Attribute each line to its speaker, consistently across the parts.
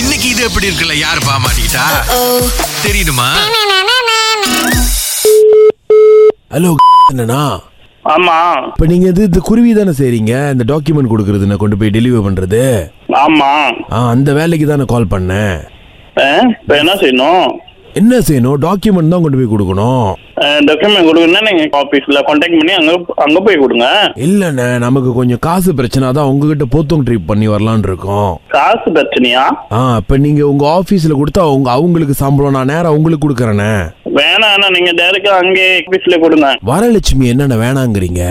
Speaker 1: இன்னைக்கு இது எப்படி இருக்குல்ல யாரு பாமாட்டா தெரியுமா
Speaker 2: ஹலோ என்னண்ணா
Speaker 3: ஆமா
Speaker 2: இப்போ நீங்கள் இது இந்த குருவி தானே செய்கிறீங்க இந்த டாக்குமெண்ட் கொடுக்குறது நான் கொண்டு போய் டெலிவர் பண்ணுறது
Speaker 3: ஆமா
Speaker 2: ஆ அந்த வேலைக்கு தானே கால் பண்ணேன்
Speaker 3: ஆ, இப்ப என்ன செய்யணும்
Speaker 2: என்ன செய்யணும் டாக்குமெண்ட் தான் கொண்டு போய் கொடுக்கணும்
Speaker 3: டாக்குமெண்ட் கொடுங்கன்னா நீங்க ஆபீஸ்ல கான்டாக்ட் பண்ணி அங்க அங்க போய் கொடுங்க
Speaker 2: இல்லைண்ணே நமக்கு கொஞ்சம் காசு பிரச்சனை தான் உங்ககிட்ட போத்தோம் ட்ரிப் பண்ணி வரலான்னு இருக்கோம்
Speaker 3: காசு பிரச்சனையா
Speaker 2: ஆ இப்போ நீங்கள் உங்கள் ஆஃபீஸில் கொடுத்தா அவங்க அவங்களுக்கு சம்பளம் நான் நேராக உங்களுக்கு கொடுக்குறேண்ணே
Speaker 3: வேணாம் அண்ணா, நீங்க டேரக்டா அங்கே ஆபீஸ்ல கொடுங்க
Speaker 2: வரலட்சுமி என்னென்ன வேணாங்கிறீங்க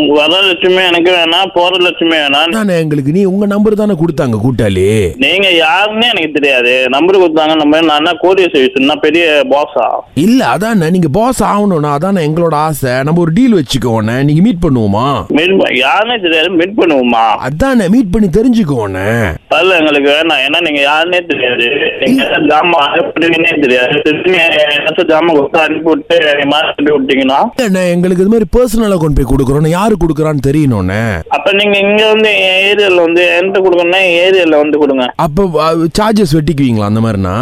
Speaker 3: உங்க வர லட்சுமி எனக்கு வேணாம் போற லட்சுமி வேணாம்
Speaker 2: நான் எங்களுக்கு நீ உங்கள் நம்பர் தானே கொடுத்தாங்க கூட்டாளி
Speaker 3: நீங்க யாருன்னு எனக்கு தெரியாது நம்பர் கொடுத்தாங்க நம்ம நான் என்ன கோரியர் சர்வீஸ் நான் பெரிய பாஸா
Speaker 2: இல்லை அதாண்ணே நீங்கள் பாஸ் ஆகணும்ண்ணா அதானே எங்களோட ஆசை நம்ம ஒரு டீல் வச்சுக்கோண்ணே நீங்கள் மீட் பண்ணுவோமா
Speaker 3: மீட் யாருன்னே தெரியாது மீட் பண்ணுவோமா
Speaker 2: அதானே மீட் பண்ணி தெரிஞ்சுக்கோண்ணே
Speaker 3: அதில் எங்களுக்கு வேணாம் ஏன்னா நீங்க யாருன்னே தெரியாது நீங்க என்ன ஜாமான் அனுப்புறீங்கன்னே தெரியாது திருப்பி என்ன ஜாமான் கொடுத்து அனுப்பி விட்டு மாற்றி விட்டீங்கன்னா
Speaker 2: இல்லைண்ணே எங்களுக்கு இது மாதிரி பர்சனலாக கொண்டு போய் கொடுக்குறோண்ணே யாரு கொடுக்குறான்னு தெரியணும்ண்ணே
Speaker 3: அப்ப நீங்க இங்க வந்து ஏரியால வந்து என்கிட்ட கொடுக்கணும்னா ஏரியால வந்து கொடுங்க
Speaker 2: அப்போ சார்ஜஸ் வெட்டிக்குவீங்களா அந்த மாதிரிண்ணா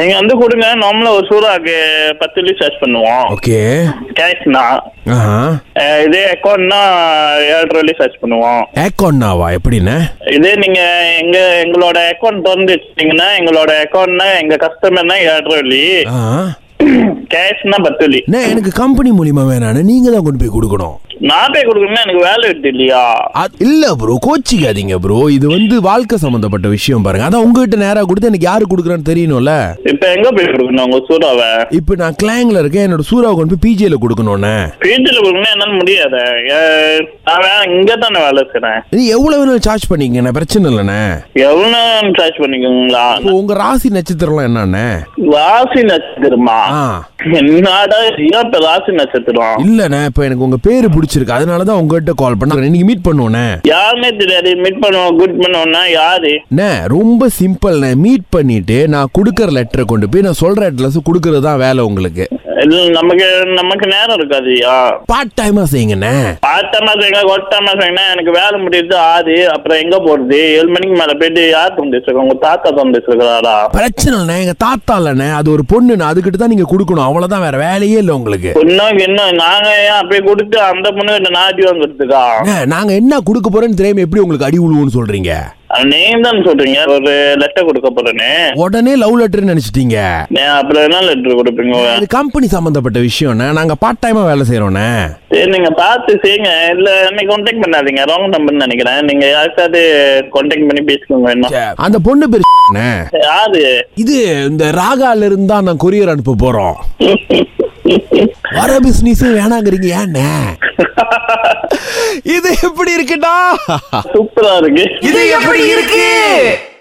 Speaker 3: நீங்க வந்து கொடுங்க நார்மலா ஒரு சூறாக்கு பத்து லீஸ் சார்ஜ் பண்ணுவோம்
Speaker 2: ஓகே
Speaker 3: கேஷ்னா
Speaker 2: ஆஹா
Speaker 3: அஹ் இதே அக்கௌண்ட்னா ஏழரை லீஸ் சார்ஜ் பண்ணுவோம்
Speaker 2: ஏக்கோண்ணாவா எப்படிண்ணே
Speaker 3: இதே நீங்க எங்க எங்களோட அக்கௌண்ட் திறந்து வச்சிட்டீங்கன்னா எங்களோட அக்கௌண்ட்னா எங்க கஸ்டமர்னா ஏழரை வழி
Speaker 2: ஆ
Speaker 3: கேஷ்னா பத்து வழி
Speaker 2: அண்ணே எனக்கு கம்பெனி மூலியமா வேணாண்ணே நீங்கள் தான் கொண்டு போய் கொடுக்கணும்
Speaker 3: நான் போய் கொடுக்கணும்னா எனக்கு வேலை விட்டு இல்லையா
Speaker 2: அ- இல்ல ப்ரோ கோச்சிக்காதீங்க ப்ரோ இது வந்து வாழ்க்கை சம்பந்தப்பட்ட விஷயம் பாருங்க அதான் உங்ககிட்ட நேரா கொடுத்து எனக்கு யாரு கொடுக்குறான்னு தெரியணும்ல
Speaker 3: இப்ப எங்க போய் கொடுக்கணும் உங்க சூறாவை
Speaker 2: இப்போ நான் கிளாங்ல இருக்கேன் என்னோட சூறாவை கொண்டு போய் பிஜேல கொடுக்கணும்ண்ணே
Speaker 3: பீச்சில் கொடுக்கணும்னா என்னால முடியாது அஹ் நான் இங்க தானே வேலை செய்றேன்
Speaker 2: நீ எவ்வளவு வேணும் சார்ஜ் பண்ணிக்கங்கண்ணே பிரச்சனை இல்லைண்ணே
Speaker 3: எவ்வளோ சார்ஜ் பண்ணிக்கோங்களா
Speaker 2: இப்போ உங்க ராசி நட்சத்திரம்லாம் என்னண்ணே
Speaker 3: ராசி நட்சத்திரமா
Speaker 2: ஆ
Speaker 3: என்னடா ஐயா இப்ப ராசி நட்சத்திரம்
Speaker 2: இல்லண்ணே இப்போ எனக்கு உங்க பேரு பிடிச்சிருக்கு அதனால தான் உங்ககிட்ட கால் பண்ணேன் இன்னைக்கு மீட் பண்ணுவோண்ணே
Speaker 3: யாருமே தெரியாது மீட் பண்ணுவோம் குட் பண்ணுவோம்னா யாரு
Speaker 2: அண்ணே ரொம்ப சிம்பிள்ண்ணே மீட் பண்ணிட்டு நான் கொடுக்குற லெட்டரை கொண்டு போய் நான் சொல்ற அட்ரஸ் கொடுக்கறது தான் வேலை உங்களுக்கு
Speaker 3: இல்ல, நமக்கு நமக்கு நேரம் இருக்காதுயா
Speaker 2: பார்ட் டைமா செய்யுங்கண்ணே
Speaker 3: பார்த்தமா செய்யுங்க கொட்டமா செய்யுங்கன்னா எனக்கு வேலை முடியுது ஆறு அப்புறம் எங்க போறது ஏழு மணிக்கு மேல போயிட்டு யார் தோண்டிச்சிருக்கோம் உங்க தாத்தா தோண்டிச்சிருக்கிறாரா
Speaker 2: பிரச்சனை இல்லைண்ணே எங்க தாத்தா இல்லைண்ணே அது ஒரு பொண்ணுண்ணே அதுக்கிட்ட தான் நீங்க கொடுக்கணும் அவ்வளவுதான் வேற வேலையே இல்லை உங்களுக்கு
Speaker 3: இன்னும் இன்னும் நாங்க ஏன் அப்படியே கொடுத்து அந்த பொண்ணு என்ன நாட்டி வாங்குறதுக்கா
Speaker 2: அண்ணே, நாங்க என்ன கொடுக்க போறோம்னு தெரியாம எப்படி உங்களுக்கு அடி உழுவுன்னு சொல்றீங்க
Speaker 3: நீங்க தான் சொல்றீங்க ஒரு லெட்டர் கொடுக்க போறேன்னு
Speaker 2: உடனே லவ் லெட்டர் நினைச்சிட்டீங்க
Speaker 3: நான் அப்புறம் என்ன லெட்டர் கொடுப்பீங்க
Speaker 2: இது கம்பெனி சம்பந்தப்பட்ட விஷயம்ண்ணே நாங்க பார்ட் டைமா வேலை செய்யறோம்ண்ணே
Speaker 3: சரி நீங்க பார்த்து செய்யுங்க இல்ல என்ன கான்டாக்ட் பண்ணாதீங்க ராங் நம்பர் நினைக்கிறேன் நீங்க யாருக்காவது கான்டாக்ட் பண்ணி பேசிக்கோங்க என்ன
Speaker 2: அந்த பொண்ணு பேரு ண்ணே.
Speaker 3: யாரு
Speaker 2: இது இந்த ராகால இருந்தா நான் கொரியர் அனுப்ப போறோம் வர பிசினஸ் வேணாங்கிறீங்க ஏண்ணே இது எப்படி இருக்குடா
Speaker 3: சூப்பரா இருக்கு
Speaker 2: இது எப்படி இருக்கு